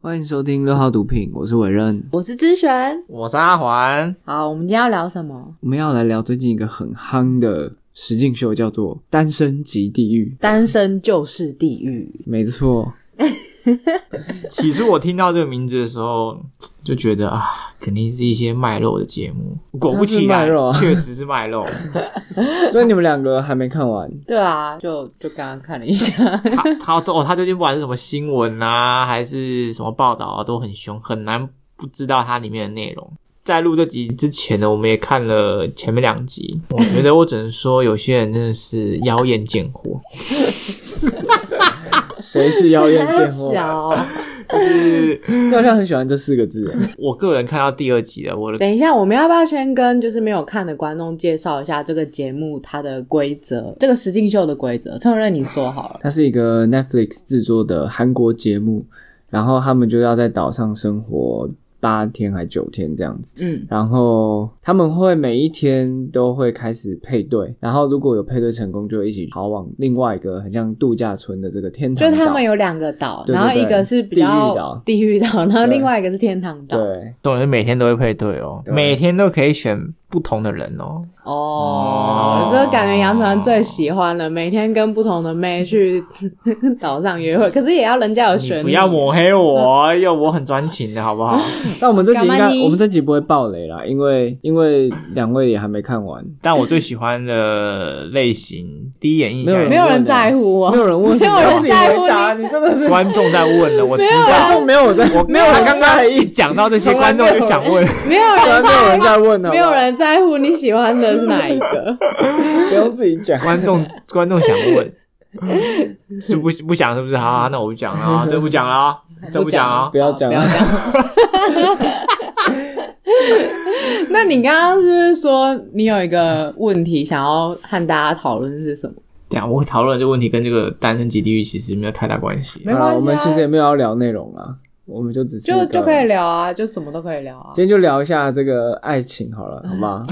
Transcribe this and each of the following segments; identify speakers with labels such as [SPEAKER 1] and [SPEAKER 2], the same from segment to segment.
[SPEAKER 1] 欢迎收听六号毒品，我是伟任。
[SPEAKER 2] 我是知璇。
[SPEAKER 3] 我是阿环，
[SPEAKER 2] 好，我们今天要聊什么？
[SPEAKER 1] 我们要来聊最近一个很夯的实境秀，叫做《单身即地狱》。
[SPEAKER 2] 单身就是地狱。
[SPEAKER 1] 没 错，
[SPEAKER 3] 起初我听到这个名字的时候， 就觉得啊，肯定是一些卖肉的节目。果不其
[SPEAKER 1] 它是卖
[SPEAKER 3] 然
[SPEAKER 1] 肉，啊
[SPEAKER 3] 确实是卖 肉。
[SPEAKER 1] 所以你们两个还没看完，
[SPEAKER 2] 对啊，就就刚刚看了一下，
[SPEAKER 3] 他他哦，他最近不管是什么新闻啊，还是什么报道啊，都很凶，很难不知道它里面的内容。在录这集之前呢，我们也看了前面两集，我觉得我只能说，有些人真的是妖艳贱货，
[SPEAKER 1] 谁是妖艳贱 货？啊
[SPEAKER 2] 小。
[SPEAKER 3] 就是
[SPEAKER 1] 好像很喜欢这四个字。
[SPEAKER 3] 我个人看到第二集了，我的
[SPEAKER 2] 等一下，我们要不要先跟就是没有看的观众介绍一下这个节目它的规则？这个实境秀的规则，承认你说好了。
[SPEAKER 1] 它是一个 Netflix 制作的韩国节目，然后他们就要在岛上生活八天还九天这样子。
[SPEAKER 2] 嗯，
[SPEAKER 1] 然后他们会每一天都会开始配对，然后如果有配对成功，就一起逃往另外一个很像度假村的这个天堂
[SPEAKER 2] 就
[SPEAKER 1] 岛。
[SPEAKER 2] 他们有两个岛，
[SPEAKER 1] 对对对
[SPEAKER 2] 然后一个是比较
[SPEAKER 1] 地狱岛
[SPEAKER 2] 地狱岛，然后
[SPEAKER 1] 对
[SPEAKER 2] 另外一个是天堂岛。
[SPEAKER 1] 对，
[SPEAKER 3] 重点是每天都会配对哦，
[SPEAKER 1] 对
[SPEAKER 3] 每天都可以选不同的人哦。
[SPEAKER 2] 哦，这个感觉杨传最喜欢了，每天跟不同的妹去 岛上约会，可是也要人家有选
[SPEAKER 3] 你不要抹黑我，要我很专情的好不 好？
[SPEAKER 1] 那我们这集应
[SPEAKER 2] 干嘛
[SPEAKER 1] 该
[SPEAKER 2] 呢
[SPEAKER 1] 我们这集不会爆雷啦，因为因为两位也还没看完，
[SPEAKER 3] 但我最喜欢的类型，第一眼印
[SPEAKER 1] 没
[SPEAKER 3] 象
[SPEAKER 2] 没有人在乎我
[SPEAKER 1] 没。有人问，
[SPEAKER 2] 没有人
[SPEAKER 1] 你要自己回答，
[SPEAKER 2] 在乎
[SPEAKER 1] 你真的是
[SPEAKER 3] 观众在问了，我知
[SPEAKER 1] 观
[SPEAKER 3] 道
[SPEAKER 1] 众。没有在，
[SPEAKER 3] 我
[SPEAKER 1] 没有人
[SPEAKER 3] 刚
[SPEAKER 1] 在
[SPEAKER 3] 刚
[SPEAKER 1] 意
[SPEAKER 3] 一，讲到这些观众就想问，。
[SPEAKER 2] 没有
[SPEAKER 1] 从来
[SPEAKER 2] 人
[SPEAKER 1] 啊没有人
[SPEAKER 2] 在，
[SPEAKER 1] 在问呢，
[SPEAKER 2] 没有人在乎你喜欢的是哪一个。
[SPEAKER 1] 不用自己讲
[SPEAKER 3] 观众观众想 问，是不不讲是不是？好、啊，那我不讲了 啊，这不讲了啊，这不讲啊
[SPEAKER 1] 不。要讲
[SPEAKER 2] 不要讲。啊 那你刚刚是不是说你有一个问题想要和大家讨论是什么？
[SPEAKER 3] 等一下我讨论的这个问题跟这个单身级地狱其实没有太大关系
[SPEAKER 2] 没。
[SPEAKER 1] 好
[SPEAKER 2] 关系啊
[SPEAKER 1] 啦我们其实也没有要聊内容啦，我们就只是一
[SPEAKER 2] 就
[SPEAKER 1] 个
[SPEAKER 2] 就可以聊啊，就什么都可以聊啊。
[SPEAKER 1] 今天就聊一下这个爱情好了，好 吗？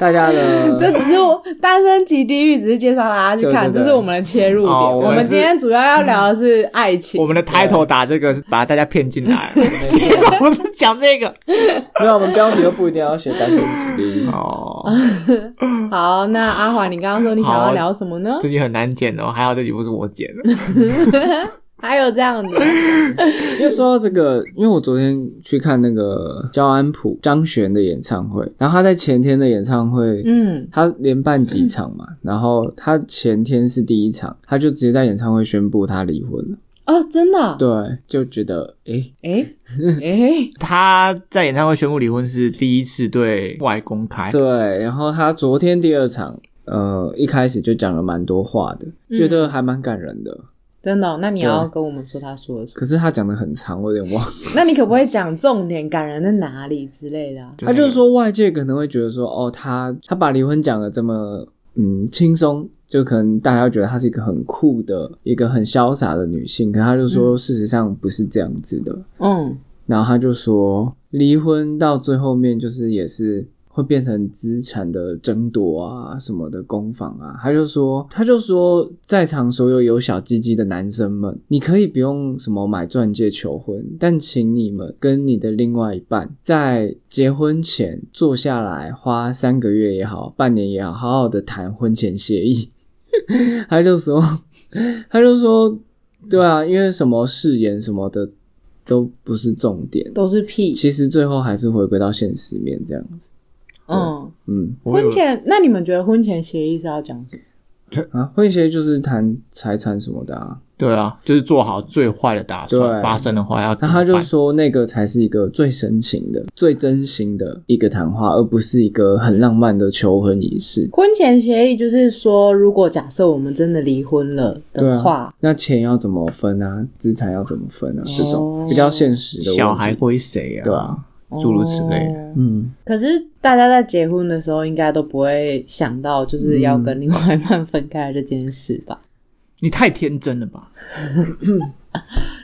[SPEAKER 1] 大家的
[SPEAKER 2] 这只是我单身级地狱，只是介绍大家去看，
[SPEAKER 1] 对对对
[SPEAKER 2] 这是我们的切入点。
[SPEAKER 3] 哦我
[SPEAKER 2] 我
[SPEAKER 3] 们
[SPEAKER 2] 们
[SPEAKER 3] 是
[SPEAKER 2] 今天主要要聊的是爱情
[SPEAKER 3] 我。们的 title 打这个是把大家骗进来， 结果不是讲这个
[SPEAKER 1] 没有，我们标题又不一定要写单身主义。
[SPEAKER 3] 哦。
[SPEAKER 2] 好，那阿华，你刚刚说你想要
[SPEAKER 3] 好
[SPEAKER 2] 聊什么呢？
[SPEAKER 3] 这集很难剪哦，还好这集不是我剪的。
[SPEAKER 2] 还有这样子，
[SPEAKER 1] 因为说到这个，因为我昨天去看那个焦安普张悬的演唱会，然后他在前天的演唱会，
[SPEAKER 2] 嗯，
[SPEAKER 1] 他连办几场嘛，然后他前天是第一场，他就直接在演唱会宣布他离婚了。
[SPEAKER 2] 哦，真的啊，
[SPEAKER 1] 对，就觉得诶、
[SPEAKER 2] 诶诶，
[SPEAKER 3] 他在演唱会宣布离婚是第一次对外公开，
[SPEAKER 1] 对，然后他昨天第二场，呃，一开始就讲了蛮多话的，觉得还蛮感人的。
[SPEAKER 2] 真的哦，那你要
[SPEAKER 1] 对啊
[SPEAKER 2] 跟我们说他说的什么？
[SPEAKER 1] 可是他讲的很长，我有点忘。
[SPEAKER 2] 那你可不可以讲重点，感人在哪里之类的啊？
[SPEAKER 3] 那
[SPEAKER 1] 他
[SPEAKER 3] 个
[SPEAKER 1] 就是说外界可能会觉得说，哦，他他把离婚讲的这么嗯轻松，就可能大家会觉得她是一个很酷的、一个很潇洒的女性，可他就说事实上不是这样子的。
[SPEAKER 2] 嗯，
[SPEAKER 1] 然后他就说，离婚到最后面就是也是。会变成资产的争夺啊，什么的攻防啊，他就说，他就说，在场所有有小鸡鸡的男生们，你可以不用什么买钻戒求婚，但请你们跟你的另外一半在结婚前坐下来，花三个月也好，半年也好，好好的谈婚前协议。 他就说，他就说，对啊，因为什么誓言什么的都不是重点，
[SPEAKER 2] 都是屁。
[SPEAKER 1] 其实最后还是回归到现实面这样子。
[SPEAKER 2] 嗯，
[SPEAKER 1] 嗯
[SPEAKER 3] 我有
[SPEAKER 2] 婚前，那你们觉得婚前协议是要讲什么？
[SPEAKER 1] 啊，婚协就是谈财产什么的啊。
[SPEAKER 3] 对啊，就是做好最坏的打算，
[SPEAKER 1] 对
[SPEAKER 3] 发生的话要
[SPEAKER 1] 那
[SPEAKER 3] 怎么
[SPEAKER 1] 他
[SPEAKER 3] 办
[SPEAKER 1] 就说那个才是一个最深情的、最真心的一个谈话，而不是一个很浪漫的求婚仪式。
[SPEAKER 2] 婚前协议就是说，如果假设我们真的离婚了
[SPEAKER 1] 对
[SPEAKER 2] 的
[SPEAKER 1] 啊
[SPEAKER 2] 话，
[SPEAKER 1] 那钱要怎么分啊？资产要怎么分啊？这
[SPEAKER 2] 哦
[SPEAKER 1] 种比较现实的问题
[SPEAKER 3] 小孩归谁啊？
[SPEAKER 1] 对啊，
[SPEAKER 3] 诸如此类的。
[SPEAKER 2] 哦
[SPEAKER 1] 嗯，
[SPEAKER 2] 可是大家在结婚的时候，应该都不会想到就是要
[SPEAKER 1] 嗯
[SPEAKER 2] 跟另外一半分开这件事吧？
[SPEAKER 3] 你太天真了吧？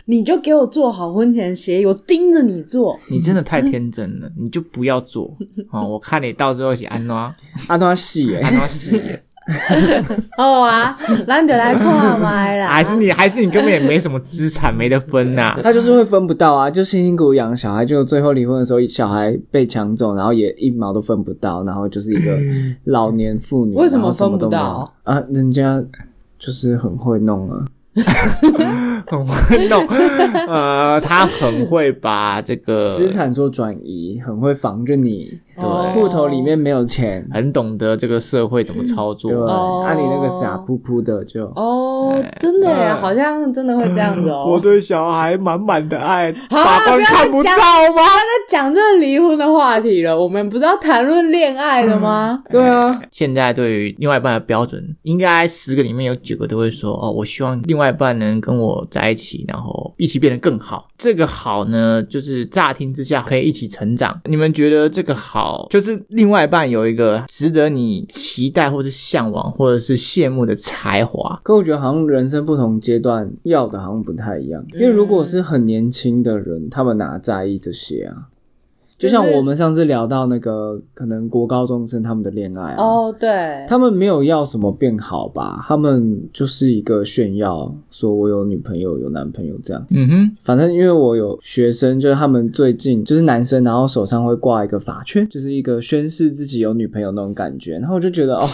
[SPEAKER 2] 你就给我做好婚前协议，我盯着你做。
[SPEAKER 3] 你真的太天 真 哦了，你就不要做啊！我看你到最后写安诺，
[SPEAKER 1] 阿东他细耶，欸
[SPEAKER 3] 安诺是，
[SPEAKER 2] 哦啊，咱就来啊看麦啦。
[SPEAKER 3] 哎还是你还是你根本也没什么资产，没得分 呐、
[SPEAKER 1] 他就是会分不到啊，就辛辛苦苦养小孩，就最后离婚的时候，小孩被抢走，然后也一毛都分不到，然后就是一个老年妇女，
[SPEAKER 2] 嗯为什么
[SPEAKER 1] 然后什么都没有
[SPEAKER 2] 分不到
[SPEAKER 1] 啊？人家就是很会弄啊，
[SPEAKER 3] 很会弄。呃，他很会把这个
[SPEAKER 1] 资产做转移，很会防着你，
[SPEAKER 2] 哦
[SPEAKER 1] 户头里面没有钱，
[SPEAKER 3] 很懂得这个社会怎么操
[SPEAKER 1] 对，
[SPEAKER 3] 作。
[SPEAKER 2] 哦
[SPEAKER 1] 啊，你那个傻扑扑的就，
[SPEAKER 2] 哦，真的耶，
[SPEAKER 3] 哎
[SPEAKER 2] 好像真的会这样子哦。
[SPEAKER 3] 我对小孩满满的爱，
[SPEAKER 2] 啊
[SPEAKER 3] 法官
[SPEAKER 2] 不要
[SPEAKER 3] 看不
[SPEAKER 2] 讲
[SPEAKER 3] 到吗？
[SPEAKER 2] 讲这个离婚的话题了，我们不是要谈论恋爱的吗？
[SPEAKER 1] 对啊，
[SPEAKER 3] 现在对于另外一半的标准，应该十个里面有九个都会说哦，我希望另外一半能跟我在一起，然后一起变得更好。这个好呢，就是乍听之下可以一起成长。你们觉得这个好，就是另外一半有一个值得你期待或是向往或者是羡慕的才华，
[SPEAKER 1] 可我觉得好像人生不同阶段要的好像不太一样，因为如
[SPEAKER 2] 嗯
[SPEAKER 1] 果是很年轻的人，他们哪在意这些啊？就像
[SPEAKER 2] 就是
[SPEAKER 1] 我们上次聊到那个可能国高中生他们的恋爱、
[SPEAKER 3] 嗯
[SPEAKER 1] 啊，
[SPEAKER 2] 哦，对，
[SPEAKER 1] 他们没有要什么变好吧？他们就是一个炫耀，说我有女朋友、有男朋友这样。
[SPEAKER 3] 嗯哼，
[SPEAKER 1] 反正因为我有学生，就是他们最近就是男生，然后手上会挂一个法圈，就是一个宣誓自己有女朋友那种感觉。然后我就觉得哦，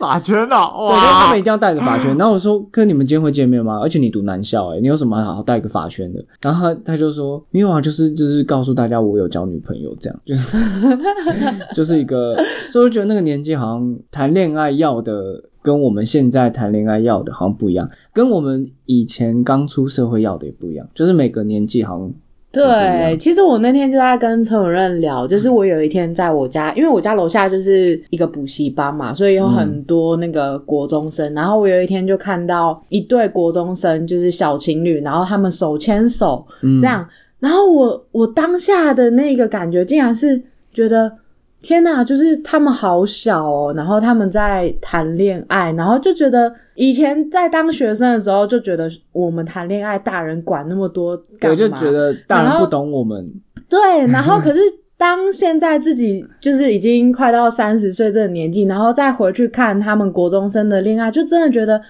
[SPEAKER 3] 法圈的、哦、
[SPEAKER 1] 对，就是他
[SPEAKER 3] 哇
[SPEAKER 1] 们一，定要带个法 圈。然后我说：“可你们今天会见面吗？而且你读男校、欸，你有什么好带个法圈的？”然后他他就说：“没有啊，就是就是告诉大家我有交女朋友，这样 就是就是一个。”所以我觉得那个年纪好像谈恋爱要的。跟我们现在谈恋爱要的好像不一样，跟我们以前刚出社会要的也不一样，就是每个年纪好像
[SPEAKER 2] 对，其实我那天就在跟陈主任聊，就是我有一天在我家，因为我家楼下就是一个补习班嘛，所以有很多那个国中生。然后我有一天就看到一对国中生，就是小情侣，然后他们手牵手
[SPEAKER 1] 嗯
[SPEAKER 2] 这样。然后我我当下的那个感觉，竟然是觉得天呐，就是他们好小哦，然后他们在谈恋爱，然后就觉得以前在当学生的时候就觉得我们谈恋爱，大人管那么多干
[SPEAKER 1] 我
[SPEAKER 2] 嘛？
[SPEAKER 1] 就觉得大
[SPEAKER 2] 然
[SPEAKER 1] 人
[SPEAKER 2] 后
[SPEAKER 1] 不懂我们，
[SPEAKER 2] 对，然后可是当现在自己就是已经快到三十岁这个年纪，然后再回去看他们国中生的恋爱，就真的觉得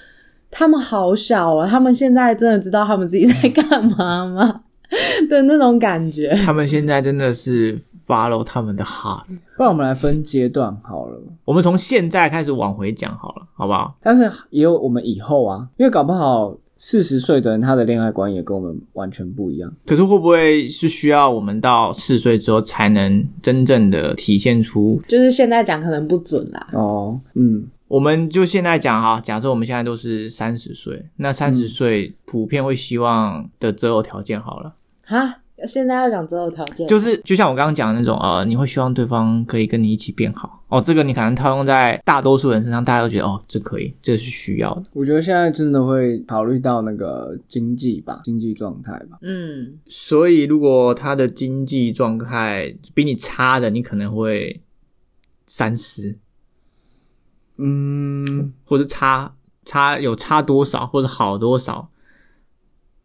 [SPEAKER 2] 他们好小啊！他们现在真的知道他们自己在干嘛吗？ 的那种感觉。
[SPEAKER 3] 他们现在真的是 follow 他们的 heart。
[SPEAKER 1] 不然我们来分阶段好了。
[SPEAKER 3] 我们从现在开始往回讲好了，好不好？
[SPEAKER 1] 但是也有我们以后啊，因为搞不好四十岁的人他的恋爱观也跟我们完全不一样。
[SPEAKER 3] 可是会不会是需要我们到四岁之后才能真正的体现出？
[SPEAKER 2] 就是现在讲可能不准啦，
[SPEAKER 1] 哦，嗯，
[SPEAKER 3] 我们就现在讲哈，假设我们现在都是三十岁，那三十岁普遍会希望的择偶条件好了，
[SPEAKER 2] 哈，现在要讲择偶条件，
[SPEAKER 3] 就是就像我刚刚讲的那种呃，你会希望对方可以跟你一起变好哦，这个你可能套用在大多数人身上，大家都觉得哦，这可以，这是需要的。
[SPEAKER 1] 我觉得现在真的会考虑到那个经济吧，经济状态吧。
[SPEAKER 2] 嗯，
[SPEAKER 3] 所以如果他的经济状态比你差的，你可能会三思。
[SPEAKER 1] 嗯，
[SPEAKER 3] 或者差差有差多少，或者好多少，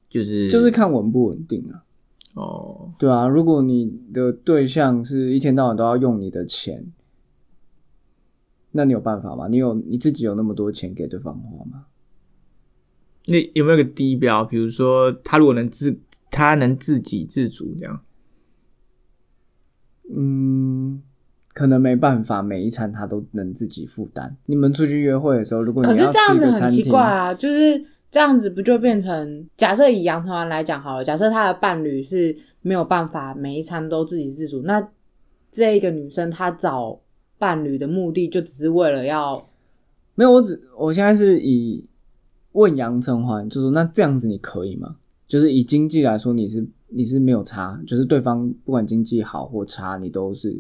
[SPEAKER 3] 就是
[SPEAKER 1] 就是看稳不稳定啊。
[SPEAKER 3] 哦，
[SPEAKER 1] 对啊，如果你的对象是一天到晚都要用你的钱，那你有办法吗？你有你自己有那么多钱给对方花吗？
[SPEAKER 3] 那有没有个低标？比如说他如果能自他能自给自足这样，
[SPEAKER 1] 嗯，可能没办法，每一餐他都能自己负担。你们出去约会的时候，如果你
[SPEAKER 2] 可是
[SPEAKER 1] 要
[SPEAKER 2] 这样
[SPEAKER 1] 吃一
[SPEAKER 2] 子
[SPEAKER 1] 个
[SPEAKER 2] 很
[SPEAKER 1] 餐
[SPEAKER 2] 奇
[SPEAKER 1] 厅
[SPEAKER 2] 怪，啊，就是这样子不就变成假设以杨团来讲好了，假设他的伴侣是没有办法每一餐都自给自足，那这一个女生她找伴侣的目的就只是为了要
[SPEAKER 1] 没有，我只我现在是以问杨承欢，就说那这样子你可以吗？就是以经济来说，你是你是没有差，就是对方不管经济好或差，你都是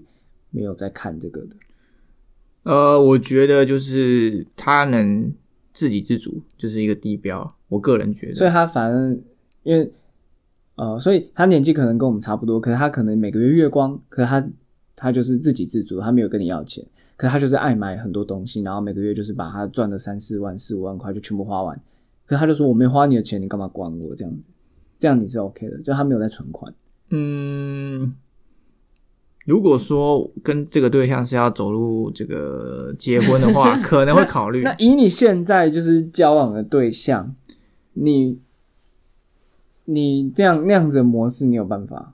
[SPEAKER 1] 没有在看这个的。
[SPEAKER 3] 呃，我觉得就是他能自给自足，就是一个低标。我个人觉
[SPEAKER 1] 所以
[SPEAKER 3] 得，
[SPEAKER 1] 他反正因为呃，所以他年纪可能跟我们差不多，可是他可能每个月月光，可是他他就是自给自足，他没有跟你要钱，可是他就是爱买很多东西，然后每个月就是把他赚的三四万、四五万块就全部花完，可是他就说我没花你的钱，你干嘛管我这样子？这样你是 OK 的，就他没有在存款，
[SPEAKER 3] 嗯，如果说跟这个对象是要走入这个结婚的 话，可能会考虑
[SPEAKER 1] 那以你现在就是交往的对象，你你这样那样子的模式，你有办法？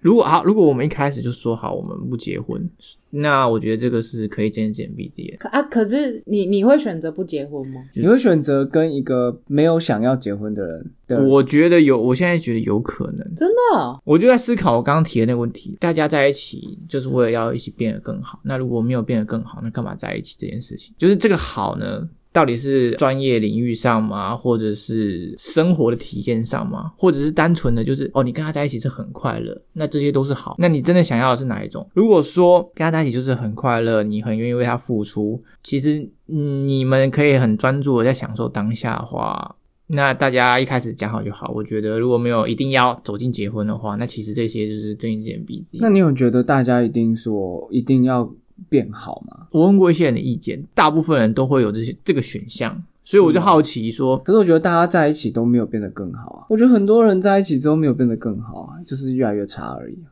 [SPEAKER 3] 如果好，如果我们一开始就说好我们不结婚，那我觉得这个是可以见仁见智的。
[SPEAKER 2] 可啊，可是你你会选择不结婚吗？
[SPEAKER 1] 你会选择跟一个没有想要结婚的人的？
[SPEAKER 3] 我觉得有，我现在觉得有可能。
[SPEAKER 2] 真的哦、
[SPEAKER 3] 我就在思考我刚刚提的那个问题，大家在一起就是为了要一起变得更好。那如果没有变得更好，那干嘛在一起这件事情？就是这个好呢，到底是专业领域上吗，或者是生活的体验上吗，或者是单纯的就是哦，你跟他在一起是很快乐，那这些都是好。那你真的想要的是哪一种？如果说跟他在一起就是很快乐，你很愿意为他付出，其实嗯你们可以很专注的在享受当下的话，那大家一开始讲好就好。我觉得如果没有一定要走进结婚的话，那其实这些就是睁一只眼闭一只
[SPEAKER 1] 那
[SPEAKER 3] 眼。
[SPEAKER 1] 你有觉得大家一定说一定要变好吗？
[SPEAKER 3] 我问过一些人的意见，大部分人都会有这些这个选项，所以我就好奇说，
[SPEAKER 1] 可是我觉得大家在一起都没有变得更好啊。我觉得很多人在一起之后没有变得更好啊，就是越来越差而已啊。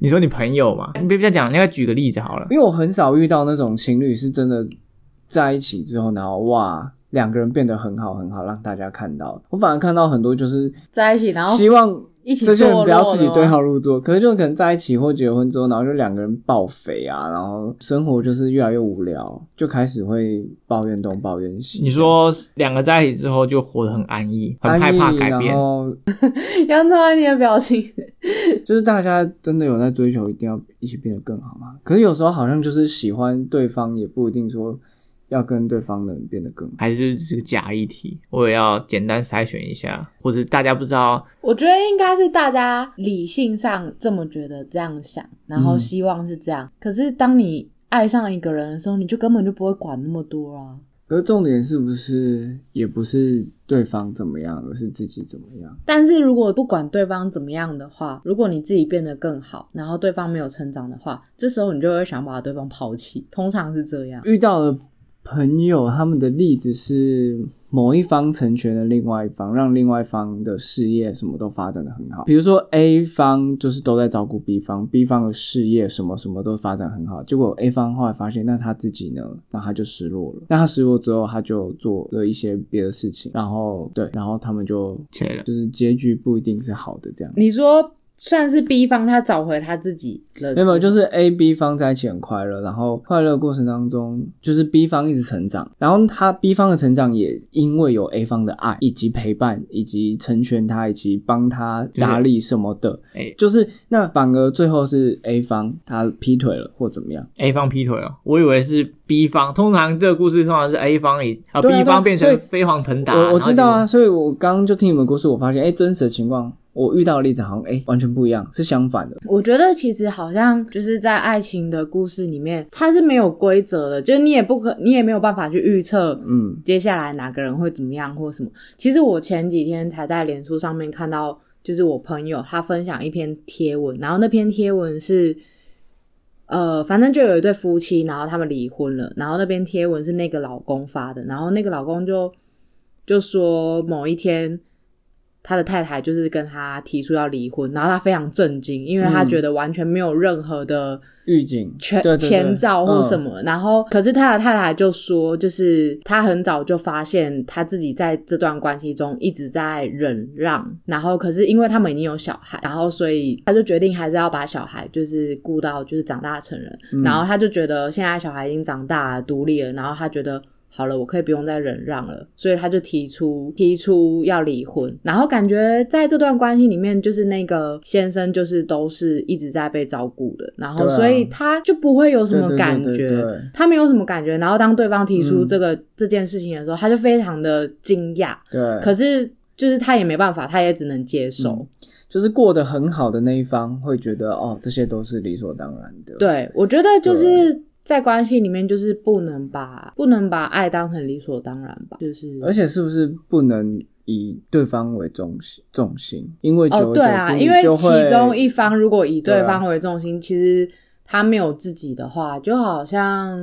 [SPEAKER 3] 你说你朋友嘛，你别别讲，你要举个例子好了。
[SPEAKER 1] 因为我很少遇到那种情侣是真的在一起之后，然后哇，两个人变得很好很好，让大家看到。我反而看到很多就是
[SPEAKER 2] 在一起，然后
[SPEAKER 1] 希望
[SPEAKER 2] 一起
[SPEAKER 1] 这些人
[SPEAKER 2] 堕
[SPEAKER 1] 不要
[SPEAKER 2] 落
[SPEAKER 1] 自己
[SPEAKER 2] 了哦
[SPEAKER 1] 对
[SPEAKER 2] 吗
[SPEAKER 1] 号入座，可是就可能在一起或结婚之后，然后就两个人爆肥啊，然后生活就是越来越无聊，就开始会抱怨东抱怨西。
[SPEAKER 3] 你说两个在一起之后就活得很安逸，很害怕
[SPEAKER 1] 安逸
[SPEAKER 3] 改变
[SPEAKER 1] 然。后
[SPEAKER 2] 杨超安你的表情，
[SPEAKER 1] 就是大家真的有在追求一定要一起变得更好吗？可是有时候好像就是喜欢对方，也不一定说要跟对方的人变得更好。
[SPEAKER 3] 还是是个假议题，我也要简单筛选一下，或者大家不知道
[SPEAKER 2] 我觉得应该是大家理性上这么觉得，这样想，然后
[SPEAKER 1] 嗯
[SPEAKER 2] 希望是这样。可是当你爱上一个人的时候，你就根本就不会管那么多啊。
[SPEAKER 1] 可是重点是不是也不是对方怎么样，而是自己怎么样？
[SPEAKER 2] 但是如果不管对方怎么样的话，如果你自己变得更好，然后对方没有成长的话，这时候你就会想把对方抛弃，通常是这样。
[SPEAKER 1] 遇到的朋友，他们的例子是某一方成全了另外一方，让另外一方的事业什么都发展的很好。比如说 A 方就是都在照顾 B 方，B 方的事业什么什么都发展很好，结果 A 方后来发现，那他自己呢，那他就失落了。那他失落之后，他就做了一些别的事情，然后对，然后他们就
[SPEAKER 3] 切了。
[SPEAKER 1] 就是结局不一定是好的这样。
[SPEAKER 2] 你说算是 B 方他找回他自己了，
[SPEAKER 1] 没有，没有就是 A、B 方在一起很快乐，然后快乐过程当中，就是 B 方一直成长，然后他 B 方的成长也因为有 A 方的爱，以及陪伴，以及成全他，以及帮他打理什么的，
[SPEAKER 3] 哎
[SPEAKER 1] 就是那反而最后是 A 方他劈腿了或怎么样，
[SPEAKER 3] A 方劈腿哦，我以为是 B 方。通常这个故事通常是 A 方以啊
[SPEAKER 1] 对啊
[SPEAKER 3] B 方变
[SPEAKER 1] 对
[SPEAKER 3] 成
[SPEAKER 1] 所以
[SPEAKER 3] 飞黄腾达。
[SPEAKER 1] 我我
[SPEAKER 3] 然后
[SPEAKER 1] 知道啊，
[SPEAKER 3] 结
[SPEAKER 1] 所以我刚刚就听你们故事，我发现哎、真实的情况。我遇到的例子好像哎、完全不一样，是相反的。
[SPEAKER 2] 我觉得其实好像就是在爱情的故事里面，它是没有规则的，就是你也不可，你也没有办法去预测
[SPEAKER 1] 嗯，
[SPEAKER 2] 接下来哪个人会怎么样或什么。其实我前几天才在脸书上面看到，就是我朋友他分享一篇贴文，然后那篇贴文是。呃，反正就有一对夫妻，然后他们离婚了，然后那边贴文是那个老公发的，然后那个老公就就说某一天他的太太就是跟他提出要离婚，然后他非常震惊，因为他
[SPEAKER 1] 嗯
[SPEAKER 2] 觉得完全没有任何的、
[SPEAKER 1] 预警
[SPEAKER 2] 前
[SPEAKER 1] 对对对
[SPEAKER 2] 前兆或什
[SPEAKER 1] 嗯
[SPEAKER 2] 么，然后可是他的太太就说，就是他很早就发现他自己在这段关系中一直在忍让，然后可是因为他们已经有小孩，然后所以他就决定还是要把小孩就是顾到就是长大成人，
[SPEAKER 1] 嗯
[SPEAKER 2] 然后他就觉得现在小孩已经长大了独立了，然后他觉得。好了，我可以不用再忍让了，所以他就提出提出要离婚。然后感觉在这段关系里面，就是那个先生就是都是一直在被照顾的，然后
[SPEAKER 1] 对啊
[SPEAKER 2] 所以他就不会有什么
[SPEAKER 1] 对对对
[SPEAKER 2] 感
[SPEAKER 1] 对
[SPEAKER 2] 觉，
[SPEAKER 1] 对
[SPEAKER 2] 他没有什么感觉。然后当对方提出
[SPEAKER 1] 嗯
[SPEAKER 2] 这个、这件事情的时候，他就非常的惊讶，
[SPEAKER 1] 对，
[SPEAKER 2] 可是就是他也没办法，他也只能接受。
[SPEAKER 1] 嗯就是过得很好的那一方会觉得哦，这些都是理所当然的。，
[SPEAKER 2] 对，我觉得就是在关系里面，就是不能把不能把爱当成理所当然吧，就是
[SPEAKER 1] 而且是不是不能以对方为重心重心？因为久
[SPEAKER 2] 哦，
[SPEAKER 1] 而
[SPEAKER 2] 对
[SPEAKER 1] 久
[SPEAKER 2] 啊，
[SPEAKER 1] 之，
[SPEAKER 2] 因
[SPEAKER 1] 你
[SPEAKER 2] 为
[SPEAKER 1] 就会
[SPEAKER 2] 其中一方如果以
[SPEAKER 1] 对
[SPEAKER 2] 对
[SPEAKER 1] 啊
[SPEAKER 2] 方为重心，其实他没有自己的话，就好像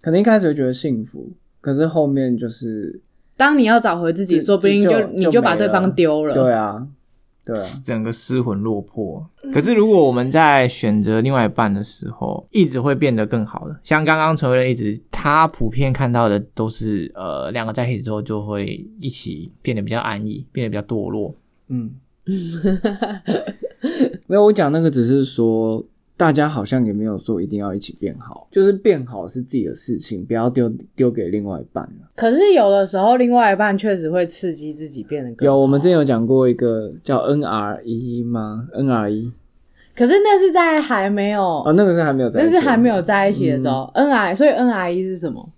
[SPEAKER 1] 可能一开始会觉得幸福，可是后面就是
[SPEAKER 2] 当你要找回自己，
[SPEAKER 1] 就
[SPEAKER 2] 说不定
[SPEAKER 1] 就
[SPEAKER 2] 就
[SPEAKER 1] 就
[SPEAKER 2] 你就把
[SPEAKER 1] 没了
[SPEAKER 2] 对方丢了。
[SPEAKER 1] 对啊，对啊，
[SPEAKER 3] 整个失魂落魄。可是如果我们在选择另外一半的时候，一直会变得更好的。像刚刚陈慧仁一直，他普遍看到的都是呃，两个在一起之后就会一起变得比较安逸，变得比较堕落。
[SPEAKER 1] 嗯，没有，我讲那个只是说，大家好像也没有说一定要一起变好，就是变好是自己的事情，不要丢丢给另外一半啊了。
[SPEAKER 2] 可是有的时候，另外一半确实会刺激自己变得更
[SPEAKER 1] 有，我们
[SPEAKER 2] 好
[SPEAKER 1] 之前有讲过一个叫 NRE 吗？NRE
[SPEAKER 2] 可是那是在还没有，
[SPEAKER 1] 哦，那个是还没有在一
[SPEAKER 2] 那
[SPEAKER 1] 起，
[SPEAKER 2] 是还没有在一起的时候。N
[SPEAKER 1] 嗯
[SPEAKER 2] I，所以 N I E 是什么？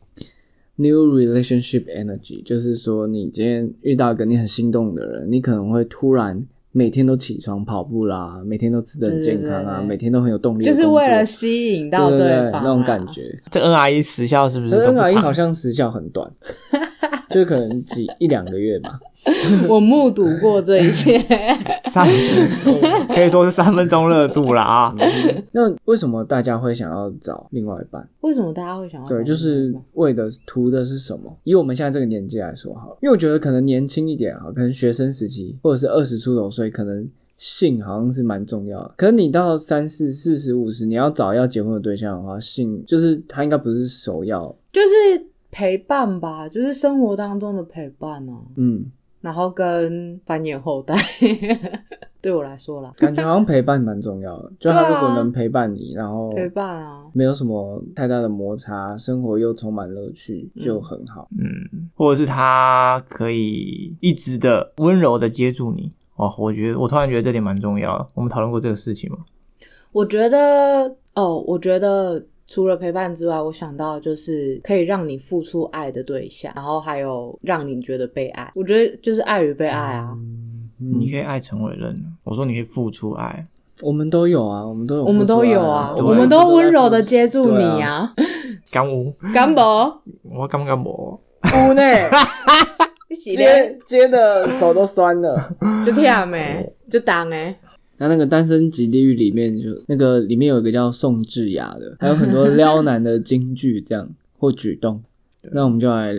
[SPEAKER 1] New relationship energy，就是说你今天遇到一个你很心动的人，你可能会突然每天都起床跑步啦，每天都吃的很健康
[SPEAKER 2] 对对
[SPEAKER 1] 啊，
[SPEAKER 2] 对对
[SPEAKER 1] 每天都很有动力地
[SPEAKER 2] 就
[SPEAKER 1] 工作，
[SPEAKER 2] 是为了吸引到
[SPEAKER 1] 对对
[SPEAKER 2] 方啊
[SPEAKER 1] 那种感。觉。
[SPEAKER 3] 这 N R E 时效是不是
[SPEAKER 1] 可是
[SPEAKER 3] 都不
[SPEAKER 1] N R E 好
[SPEAKER 3] 长？
[SPEAKER 1] 像时效很短，就可能几一两个月吧。
[SPEAKER 2] 我目睹过这一切，
[SPEAKER 3] 三， 可以说是三分钟热度了啊！
[SPEAKER 1] 那为什么大家会想要找另外一半？
[SPEAKER 2] 为什么大家会想要？
[SPEAKER 1] 对，就是为的图的是什么？以我们现在这个年纪来说好了，因为我觉得可能年轻一点啊，可能学生时期或者是二十出头，所以可能性好像是蛮重要的。可是你到三四、四十、五十，你要找要结婚的对象的话，性就是他应该不是首要。
[SPEAKER 2] 就是陪伴吧，就是生活当中的陪伴哦、
[SPEAKER 1] 嗯，
[SPEAKER 2] 然后跟繁衍后代， 对我来说啦，
[SPEAKER 1] 感觉好像陪伴蛮重 要的。就
[SPEAKER 2] 对
[SPEAKER 1] 他
[SPEAKER 2] 啊
[SPEAKER 1] 如果能陪伴你，然后
[SPEAKER 2] 陪伴啊，
[SPEAKER 1] 没有什么太大的摩擦，生活又充满乐趣，就很好。
[SPEAKER 3] 嗯，或者是他可以一直的温柔的接住你。哦，我觉得我突然觉得这点蛮重要的。我们讨论过这个事情吗？
[SPEAKER 2] 我觉得哦，我觉得除了陪伴之外，我想到就是可以让你付出爱的对象，然后还有让你觉得被爱。我觉得就是爱与被爱啊，
[SPEAKER 1] 嗯
[SPEAKER 3] 你可以爱陈伟任，我说你可以付出爱，
[SPEAKER 1] 我们都有啊，我们都有付出
[SPEAKER 2] 我
[SPEAKER 1] 爱，
[SPEAKER 2] 们都有啊，
[SPEAKER 1] 对
[SPEAKER 2] 我们都温柔的接
[SPEAKER 1] 我
[SPEAKER 2] 住
[SPEAKER 1] 们
[SPEAKER 2] 你
[SPEAKER 1] 都在付出对啊。
[SPEAKER 2] 啊，
[SPEAKER 3] 干我，
[SPEAKER 2] 干宝，
[SPEAKER 3] 我干不干我？
[SPEAKER 1] 屋 内。
[SPEAKER 2] 你洗脸
[SPEAKER 1] 接接的手都酸了。
[SPEAKER 2] 就跳没，就打哎，
[SPEAKER 1] 那那个《单身即地狱》里面就那个里面有一个叫宋智雅的，还有很多撩男的金句这样 或举动。那我们就来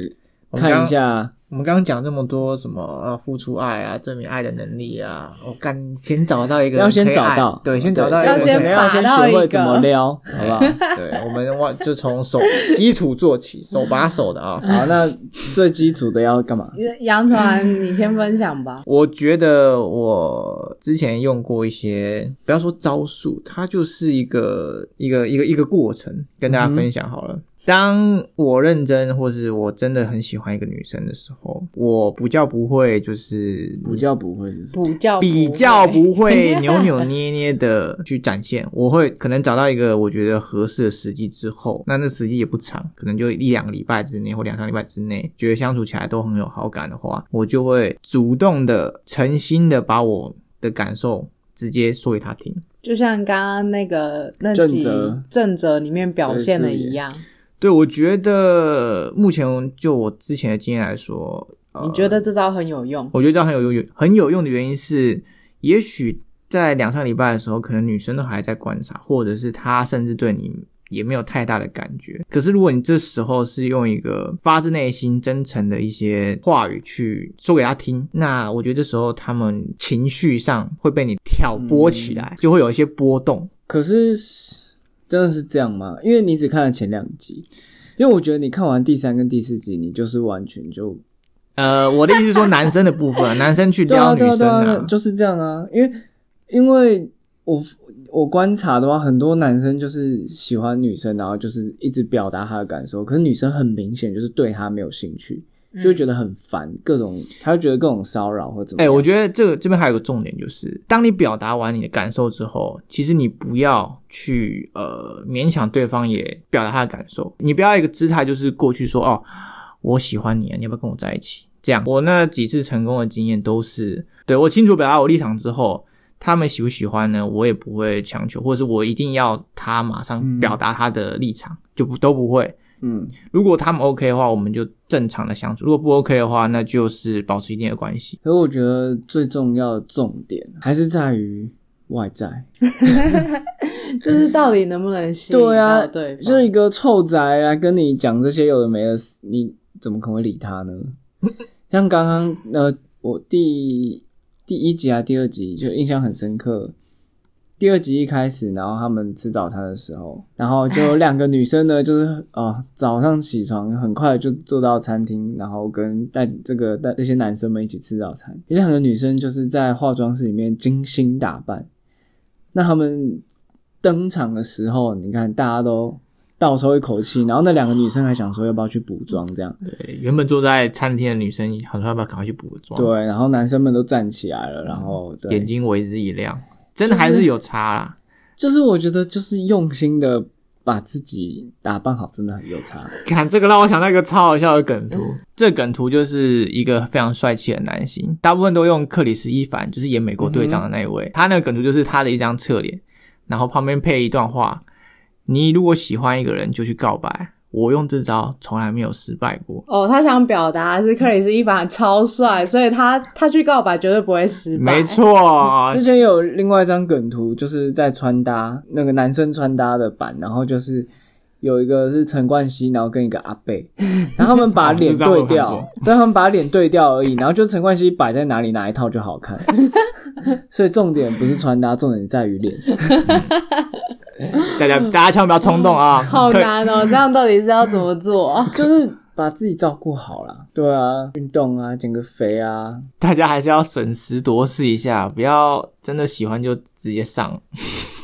[SPEAKER 3] 我们刚
[SPEAKER 1] 看一下，
[SPEAKER 3] 我们刚刚讲这么多什么呃付出爱啊，证明爱的能力啊，我、干先找到一个人
[SPEAKER 1] 要先
[SPEAKER 3] 可以
[SPEAKER 1] 找
[SPEAKER 3] 爱
[SPEAKER 1] 到，
[SPEAKER 3] 对，先找到一个
[SPEAKER 2] 要
[SPEAKER 3] 人
[SPEAKER 2] 先
[SPEAKER 1] 可
[SPEAKER 3] 可
[SPEAKER 1] 能
[SPEAKER 3] 以
[SPEAKER 1] 要
[SPEAKER 3] 爱
[SPEAKER 1] 先
[SPEAKER 2] 把到
[SPEAKER 1] 学
[SPEAKER 2] 一
[SPEAKER 1] 会
[SPEAKER 2] 个
[SPEAKER 1] 怎么撩，好 不好？
[SPEAKER 3] 对，我们哇就从手基础做起，手把手的啊。。
[SPEAKER 1] 好，那最基础的要干嘛？
[SPEAKER 2] 杨传，啊你先分享吧
[SPEAKER 3] 我觉得我之前用过一些，不要说招数，它就是一个一个一个一个过程，跟大家分享好了。当我认真，或是我真的很喜欢一个女生的时候，我比较不会就是
[SPEAKER 1] 补教不会是什么？
[SPEAKER 2] 补教
[SPEAKER 3] 比较哦不会 扭扭捏捏的去展现，我会可能找到一个我觉得合适的时机之后，那那时机也不长，可能就一两个礼拜之内或两三个礼拜之内，觉得相处起来都很有好感的话，我就会主动的、诚心的把我的感受直接说给他听。
[SPEAKER 2] 就像刚刚那个那
[SPEAKER 1] 正
[SPEAKER 2] 集
[SPEAKER 1] 则
[SPEAKER 2] 正则里面表现的一样，
[SPEAKER 3] 对，我觉得目前就我之前的经验来说，呃
[SPEAKER 2] 你觉得这招很有用？
[SPEAKER 3] 我觉得这样很有用，很有用的原因是，也许在两三个礼拜的时候，可能女生都还在观察，或者是她甚至对你也没有太大的感觉。可是如果你这时候是用一个发自内心、真诚的一些话语去说给她听，那我觉得这时候她们情绪上会被你挑拨起来，就会有一些波动。
[SPEAKER 1] 可是真的是这样吗？因为你只看了前两集，因为我觉得你看完第三跟第四集，你就是完全就
[SPEAKER 3] 呃，我的意思是说，男生的部 分，啊男生去
[SPEAKER 1] 对
[SPEAKER 3] 撩女
[SPEAKER 1] 对
[SPEAKER 3] 生
[SPEAKER 1] 对啊，就是这样啊。因为因为我我观察的话，很多男生就是喜欢女生，然后就是一直表达他的感受，可是女生很明显就是对他没有兴趣，
[SPEAKER 3] 嗯
[SPEAKER 1] 就会觉得很烦，各种他会觉得各种骚扰或怎么
[SPEAKER 3] 哎、
[SPEAKER 1] 样。
[SPEAKER 3] 我觉得这个这边还有个重点，就是当你表达完你的感受之后，其实你不要去呃勉强对方也表达他的感受，你不要一个姿态就是过去说哦，我喜欢你啊，你要不要跟我在一起？这样，我那几次成功的经验都是，对我清楚表达我立场之后，他们喜不喜欢呢？我也不会强求，或者是我一定要他马上表达他的立场，就不都不会。
[SPEAKER 1] 嗯，
[SPEAKER 3] 如果他们 OK 的话，我们就正常的相处；如果不 OK 的话，那就是保持一定的关系。
[SPEAKER 1] 可是我觉得最重要的重点还是在于外在。
[SPEAKER 2] 就是到底能不能吸引
[SPEAKER 1] 对啊
[SPEAKER 2] 到对方
[SPEAKER 1] 就是一个臭宅来跟你讲这些有的没的，你怎么可能会理他呢？像刚刚呃，我第第一集啊第二集就印象很深刻。第二集一开始，然后他们吃早餐的时候，然后就有两个女生呢，就是哦，早上起床很快就坐到餐厅，然后跟带这个带这些男生们一起吃早餐。有两个女生就是在化妆室里面精心打扮。那他们登场的时候，你看大家都倒抽一口气，然后那两个女生还想说要不要去补妆这样。
[SPEAKER 3] 对，原本坐在餐厅的女生，好像要不要赶快去补个妆？，
[SPEAKER 1] 对，然后男生们都站起来了，然后对
[SPEAKER 3] 眼，睛为之一亮，真的还是有差啦。
[SPEAKER 1] 就是我觉得就是用心的把自己打扮好，真的很有差。
[SPEAKER 3] 看这个让我想到一个超好笑的梗图，
[SPEAKER 2] 嗯
[SPEAKER 3] 这梗图就是一个非常帅气的男星，大部分都用克里斯一凡，就是演美国队长的那一
[SPEAKER 2] 嗯
[SPEAKER 3] 位。他那个梗图就是他的一张侧脸，然后旁边配一段话：你如果喜欢一个人，就去告白。我用这招从来没有失败过，
[SPEAKER 2] 哦，他想表达的是克里斯一凡超帅，所以他他去告白绝对不会失败。
[SPEAKER 3] 没，错，
[SPEAKER 1] 之前有另外一张梗图，就是在穿搭那个男生穿搭的版，然后就是有一个是陈冠希，然后跟一个阿贝，然后他们把
[SPEAKER 3] 哦
[SPEAKER 1] 脸
[SPEAKER 3] 这张我
[SPEAKER 1] 对
[SPEAKER 3] 看
[SPEAKER 1] 调
[SPEAKER 3] 过，
[SPEAKER 1] 对，他们把脸对调而已，然后就陈冠希摆在哪里哪一套就好看， 所以重点不是穿搭，重点在于脸。
[SPEAKER 3] 大家大家千万不要冲动啊！
[SPEAKER 2] 好
[SPEAKER 3] 克
[SPEAKER 2] 难哦，这样到底是要怎么 做？
[SPEAKER 1] 就是把自己照顾好啦。对啊，运动啊，减个肥啊，
[SPEAKER 3] 大家还是要审时度势一下，不要真的喜欢就直接上，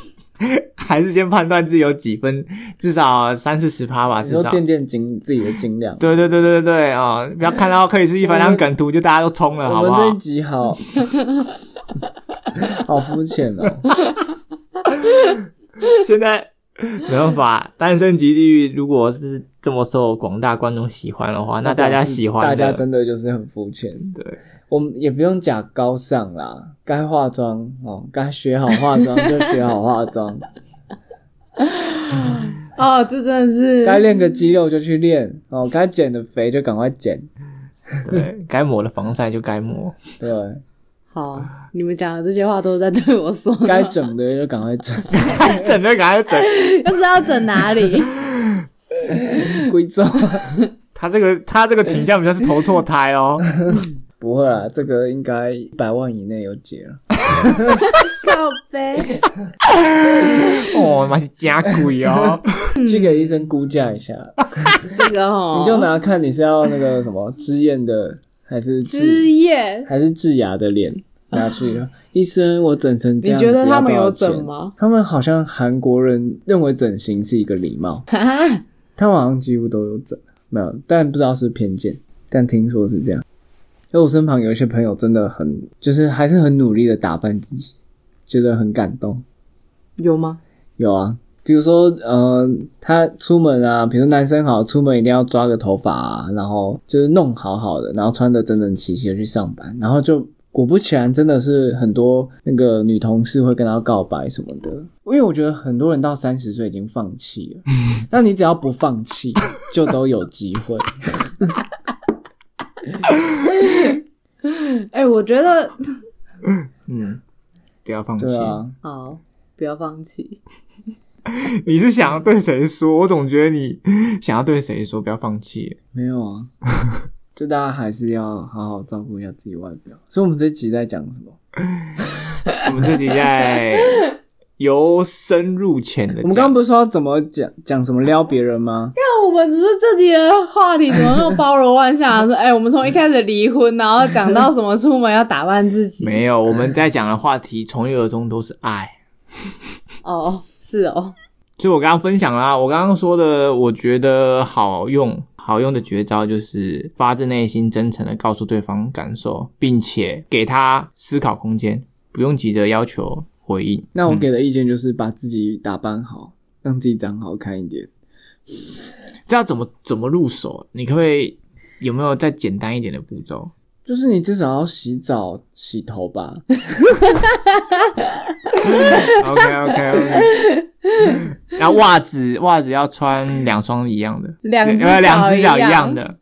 [SPEAKER 3] 还是先判断自己有几分，至少三四十趴吧，
[SPEAKER 1] 你
[SPEAKER 3] 至
[SPEAKER 1] 说
[SPEAKER 3] 少。
[SPEAKER 1] 垫垫斤自己的斤两。
[SPEAKER 3] 啊对对对对对啊、哦！不要看到克里斯一凡那张梗图就大家都冲了，
[SPEAKER 1] 我
[SPEAKER 3] 好不
[SPEAKER 1] 们这
[SPEAKER 3] 好
[SPEAKER 1] 一？集好 好肤浅哦。
[SPEAKER 3] 现在没办法，单身级地狱如果是这么受广大观众喜欢的话，那大家喜欢的
[SPEAKER 1] 大家真的就是很肤浅。
[SPEAKER 3] 对，
[SPEAKER 1] 我们也不用假高尚啦，该化妆哦，该学好化妆就学好化 妆，
[SPEAKER 2] 哦，这真的是
[SPEAKER 1] 该练个肌肉就去练哦，该减的肥就赶快减。
[SPEAKER 3] 对该抹的防晒就该抹，
[SPEAKER 1] 对，
[SPEAKER 2] 好，你们讲的这些话都是在对我说 的。
[SPEAKER 1] 该整的就赶快整，
[SPEAKER 3] 该整的赶快整。
[SPEAKER 2] 要是要整哪 里？
[SPEAKER 1] 规则
[SPEAKER 3] 他这个他这个倾向比较是投错 胎哦。
[SPEAKER 1] 不会啦，这个应该一百万以内有解了。
[SPEAKER 2] 靠背。
[SPEAKER 3] 哦，妈是假鬼哦！
[SPEAKER 1] 去给医生估价一下，
[SPEAKER 2] 这个哦，
[SPEAKER 1] 你就拿看你是要那个什么脂验的，还是
[SPEAKER 2] 枝叶。
[SPEAKER 1] 还是智雅的脸拿去。医生，我整成这
[SPEAKER 2] 啊你
[SPEAKER 1] 样子
[SPEAKER 2] 觉得他们
[SPEAKER 1] 要多
[SPEAKER 2] 有
[SPEAKER 1] 少钱
[SPEAKER 2] 整？吗？
[SPEAKER 1] 他们好像韩国人认为整形是一个礼貌，
[SPEAKER 2] 啊，
[SPEAKER 1] 他们好像几乎都有整，没有，但不知道是偏见，但听说是这样。因为我身旁有一些朋友真的很，就是还是很努力的打扮自己，觉得很感动。
[SPEAKER 2] 有吗？
[SPEAKER 1] 有啊，比如说，呃，他出门啊，比如男生好，出门一定要抓个头发啊，然后就是弄好好的，然后穿的整整齐齐的去上班，然后就果不其然，真的是很多那个女同事会跟他告白什么的。因为我觉得很多人到三十岁已经放 弃了，那你只要不放弃，就都有机 会。
[SPEAKER 2] 哎、我觉得
[SPEAKER 3] 嗯，不要放弃
[SPEAKER 1] 对。啊，
[SPEAKER 2] 好，不要放弃。
[SPEAKER 3] 你是想要对谁说？我总觉得你想要对谁说不要放弃。
[SPEAKER 1] 没有啊， 就大家还是要好好照顾一下自己外表。所以我们这集在讲什么？
[SPEAKER 3] 我们这集在由深入浅的
[SPEAKER 1] 我们刚刚不是说要怎么讲讲什么撩别人吗？
[SPEAKER 2] 那我们只是这集的话题怎么那么包罗万象？ 说，哎、我们从一开始离婚，然后讲到什么出门要打扮自己。
[SPEAKER 3] 没有，我们在讲的话题从一而终都是爱。
[SPEAKER 2] 哦，是哦，
[SPEAKER 3] 所以我刚刚分享啦，我刚刚说的，我觉得好用好用的绝招就是发自内心、真诚的告诉对方感受，并且给他思考空间，不用急着要求回应。
[SPEAKER 1] 那
[SPEAKER 2] 嗯
[SPEAKER 1] 我给的意见就是把自己打扮好，让自己长好看一点。
[SPEAKER 3] 这要怎么怎么入手？你可不可以有没有再简单一点的步骤？
[SPEAKER 1] 就是你至少要洗澡、洗头吧。
[SPEAKER 3] OK OK OK。然后袜子袜子要穿两双一样的，
[SPEAKER 2] 两只
[SPEAKER 3] 呃两只脚
[SPEAKER 2] 一
[SPEAKER 3] 一样
[SPEAKER 2] 样。
[SPEAKER 3] 的。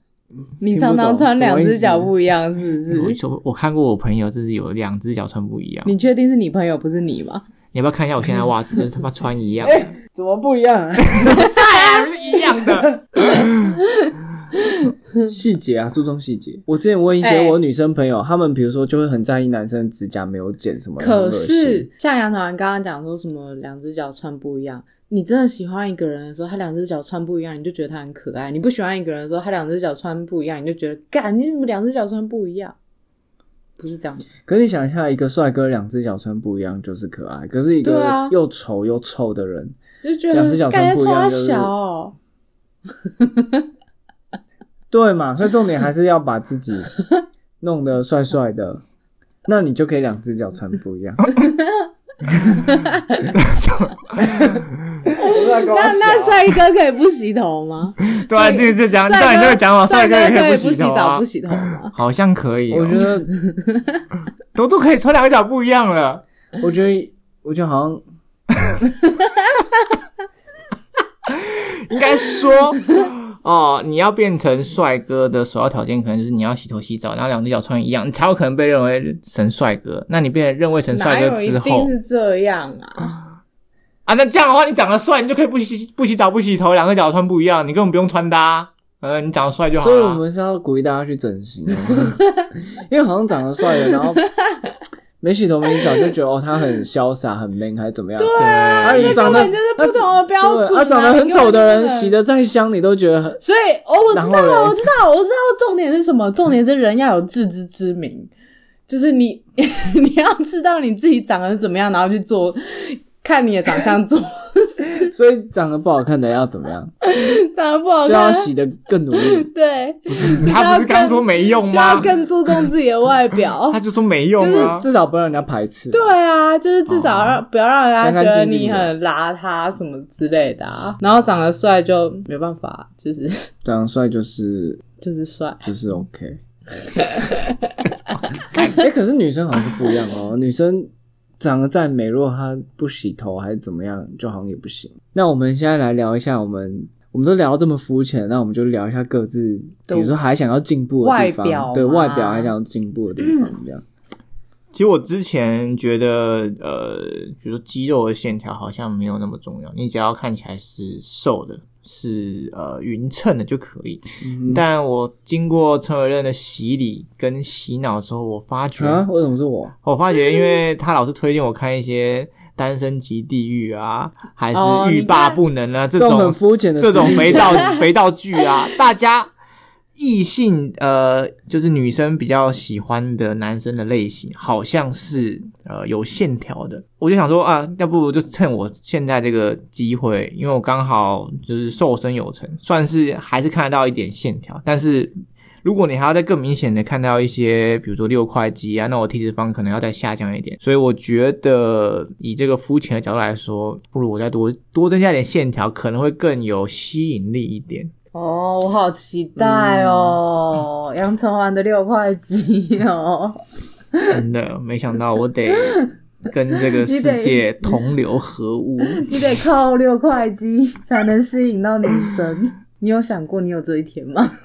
[SPEAKER 2] 你
[SPEAKER 1] 听不
[SPEAKER 2] 常常
[SPEAKER 1] 懂
[SPEAKER 2] 穿
[SPEAKER 1] 什么
[SPEAKER 2] 两
[SPEAKER 1] 意
[SPEAKER 2] 只
[SPEAKER 1] 思
[SPEAKER 2] 脚不一样，是不
[SPEAKER 3] 我
[SPEAKER 2] 是？
[SPEAKER 3] 我我看过我朋友，就是有两只脚穿不一样。
[SPEAKER 2] 你确定是你朋友不是你吗？
[SPEAKER 3] 你要不要看一下我现在 袜子？就是他妈穿
[SPEAKER 2] 哎
[SPEAKER 3] 一样的，
[SPEAKER 1] 怎么不一样、啊？
[SPEAKER 3] 晒啊，不是一样的。
[SPEAKER 1] 细节啊，注重细节。我之前问一些
[SPEAKER 2] 哎
[SPEAKER 1] 我女生朋友，她们比如说就会很在意男生指甲没有剪什么的，很
[SPEAKER 2] 可
[SPEAKER 1] 恶心
[SPEAKER 2] 是像杨导刚刚讲说什么两只脚穿不一样，你真的喜欢一个人的时候，他两只脚穿不一样，你就觉得他很可爱；你不喜欢一个人的时候，他两只脚穿不一样，你就觉得干你怎么两只脚穿不一样？不是这样的，
[SPEAKER 1] 可是你想一下，一个帅哥两只脚穿不一样就是可爱，可是一
[SPEAKER 2] 对
[SPEAKER 1] 个
[SPEAKER 2] 啊
[SPEAKER 1] 又丑又臭的人，
[SPEAKER 2] 就觉得
[SPEAKER 1] 两只脚穿
[SPEAKER 2] 感
[SPEAKER 1] 不
[SPEAKER 2] 觉
[SPEAKER 1] 一样
[SPEAKER 2] 超
[SPEAKER 1] 就是
[SPEAKER 2] 小哦、
[SPEAKER 1] 对嘛？所以重点还是要把自己弄得帅帅的，那你就可以两只脚穿不一样。
[SPEAKER 2] 那那帅哥可以不洗头吗？
[SPEAKER 3] 对啊，这这讲，照
[SPEAKER 2] 帅
[SPEAKER 3] 你
[SPEAKER 2] 哥
[SPEAKER 3] 这个讲法，
[SPEAKER 2] 帅
[SPEAKER 3] 哥也
[SPEAKER 2] 可
[SPEAKER 3] 以
[SPEAKER 2] 以
[SPEAKER 3] 洗头
[SPEAKER 2] 澡
[SPEAKER 3] 啊
[SPEAKER 2] 不，洗头吗？
[SPEAKER 3] 好像可以哦。
[SPEAKER 1] 我觉得，
[SPEAKER 3] 都都可以穿两个脚不一样了。
[SPEAKER 1] 我觉得，我觉得好像
[SPEAKER 3] 应该说， 哦，你要变成帅哥的首要条件，可能就是你要洗头洗澡，然后两只脚穿一样，你才有可能被认为成帅哥。那你变成认为成
[SPEAKER 2] 哪
[SPEAKER 3] 帅
[SPEAKER 2] 有
[SPEAKER 3] 哥
[SPEAKER 2] 一
[SPEAKER 3] 之后
[SPEAKER 2] 定是这样啊？
[SPEAKER 3] 啊，那这样的话，你长得帅，你就可以不洗不洗澡不洗头，两个脚穿不一样，你根本不用穿搭、嗯、你长得帅就好
[SPEAKER 1] 所以我
[SPEAKER 3] 了。
[SPEAKER 1] 们是要鼓励大家去整形，啊因为好像长得帅的，然后没洗头没洗澡就觉得哦，他很潇洒很 man 还是怎么样？对啊，而
[SPEAKER 2] 这
[SPEAKER 1] 你长
[SPEAKER 2] 根
[SPEAKER 1] 得
[SPEAKER 2] 本就是不同的标准、
[SPEAKER 1] 对啊，长得很丑的人洗
[SPEAKER 2] 的。
[SPEAKER 1] 的再香，你都觉得很
[SPEAKER 2] 所以，哦，我知
[SPEAKER 1] 然
[SPEAKER 2] 道
[SPEAKER 1] 后嘞
[SPEAKER 2] 了，我知道，我知道，重点是什么？重点是人要有自知之明，就是你 你要知道你自己长得怎么样，然后去做，看你的长相做，
[SPEAKER 1] 所以长得不好看的要怎么样？
[SPEAKER 2] 长得不好
[SPEAKER 1] 就要
[SPEAKER 2] 看，
[SPEAKER 1] 洗的更努 力。
[SPEAKER 2] 对，就
[SPEAKER 3] 他
[SPEAKER 2] 要
[SPEAKER 3] 不是刚
[SPEAKER 2] 更
[SPEAKER 3] 说没用
[SPEAKER 2] 就要
[SPEAKER 3] 吗？
[SPEAKER 2] 更注重自己的外表
[SPEAKER 3] 他。就说没用啊。
[SPEAKER 1] 至少不让人家排斥。
[SPEAKER 2] 对啊，就是至少
[SPEAKER 3] 哦
[SPEAKER 2] 让、不要让人家觉得你
[SPEAKER 1] 干干
[SPEAKER 2] 很邋遢什么之类的啊。然后长得帅就没办法，就是
[SPEAKER 1] 长得啊帅就是
[SPEAKER 2] 就是帅。
[SPEAKER 1] 就是 OK。哎、可是女生好像就不一样哦。女生长得再美，如果她不洗头还是怎么样，就好像也不行。那我们现在来聊一下，我们我们都聊到这么肤浅，那我们就聊一下各自，比
[SPEAKER 2] 对
[SPEAKER 1] 如说还想要进步的地方，
[SPEAKER 2] 外表
[SPEAKER 1] 对
[SPEAKER 2] 嘛
[SPEAKER 1] 外表还想要进步的地方，这样。
[SPEAKER 3] 其实我之前觉得，呃，比如说肌肉的线条好像没有那么重要，你只要看起来是瘦的，是呃匀称的就可以。
[SPEAKER 1] 嗯
[SPEAKER 3] 但我经过陈伟任的洗礼跟洗脑之后，我发觉，
[SPEAKER 1] 啊，为什么是我？
[SPEAKER 3] 我发觉，因为他老是推荐我看一些《单身级地狱》啊，还是
[SPEAKER 2] 哦
[SPEAKER 3] 《欲
[SPEAKER 2] 你
[SPEAKER 3] 罢
[SPEAKER 2] 看
[SPEAKER 3] 不能》啊，这
[SPEAKER 1] 这
[SPEAKER 3] 种
[SPEAKER 1] 很肤浅的
[SPEAKER 3] 这种
[SPEAKER 1] 事情
[SPEAKER 3] 肥 皂肥皂剧啊，大家异性呃，就是女生比较喜欢的男生的类型，好像是呃有线条的。我就想说啊，要不就趁我现在这个机会，因为我刚好就是瘦身有成，算是还是看得到一点线条，但是。如果你还要再更明显的看到一些，比如说六块肌啊，那我体脂肪可能要再下降一点。所以我觉得以这个肤浅的角度来说，不如我再多多增加一点线条，可能会更有吸引力一点。
[SPEAKER 2] 哦，我好期待哦！杨成环的六块肌哦，
[SPEAKER 3] 真的，没想到我得跟这个世界同流合污。
[SPEAKER 2] 你得靠六块肌才能吸引到女生。你有想过你有这一天吗？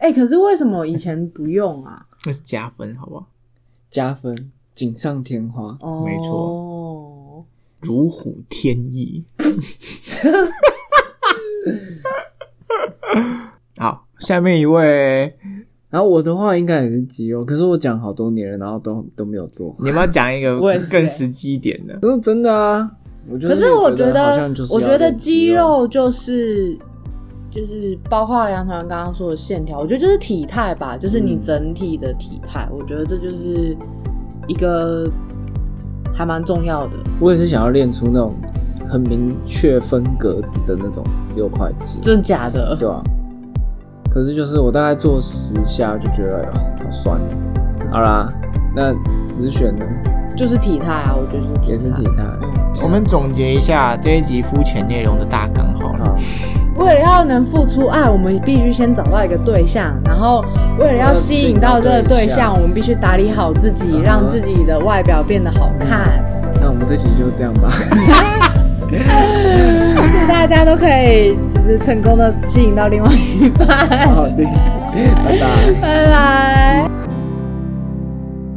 [SPEAKER 2] 哎、可是为什么以前不用啊？
[SPEAKER 3] 那是加分，好不好？
[SPEAKER 1] 加分，锦上添花。
[SPEAKER 2] 哦，
[SPEAKER 3] 没
[SPEAKER 2] 错。
[SPEAKER 3] 如虎添翼。 好，下面一位，
[SPEAKER 1] 然后我的话应该也是肌肉，可是我讲好多年了，然后都都没有做。
[SPEAKER 3] 你们要讲一个
[SPEAKER 2] 我也是
[SPEAKER 3] 更
[SPEAKER 2] 欸
[SPEAKER 3] 实际一点的。
[SPEAKER 1] 可是真的啊，我就
[SPEAKER 2] 可是我觉
[SPEAKER 1] 觉
[SPEAKER 2] 得
[SPEAKER 1] 好像就是，要
[SPEAKER 2] 我觉得
[SPEAKER 1] 练
[SPEAKER 2] 肌
[SPEAKER 1] 肉
[SPEAKER 2] 肉就是就是包括杨团刚刚说的线条，我觉得就是体态吧，就是你整体的体态，我觉得这就是一个还蛮重要的。
[SPEAKER 1] 我也是想要练出那种很明确分格子的那种六块肌，
[SPEAKER 2] 真的假的？
[SPEAKER 1] 对啊。可是就是我大概做十下就觉得哎呦好酸。好啦，那子选呢
[SPEAKER 2] 就是体态啊，我觉得
[SPEAKER 1] 也
[SPEAKER 2] 就是
[SPEAKER 1] 是
[SPEAKER 2] 体
[SPEAKER 1] 体
[SPEAKER 2] 态。
[SPEAKER 1] 态，
[SPEAKER 2] 嗯，
[SPEAKER 3] 我们总结一下这一集肤浅内容的大纲好了。
[SPEAKER 1] 好，
[SPEAKER 2] 为了要能付出爱，我们必须先找到一个对象，然后为了要吸引到这个对象，我们必须打理好自己，
[SPEAKER 1] 嗯
[SPEAKER 2] 让自己的外表变得好看。
[SPEAKER 1] 那我们这期就这 样吧。
[SPEAKER 2] 祝大家都可以就是成功的吸引到另外一半，
[SPEAKER 1] 好的，拜拜。
[SPEAKER 2] 拜拜。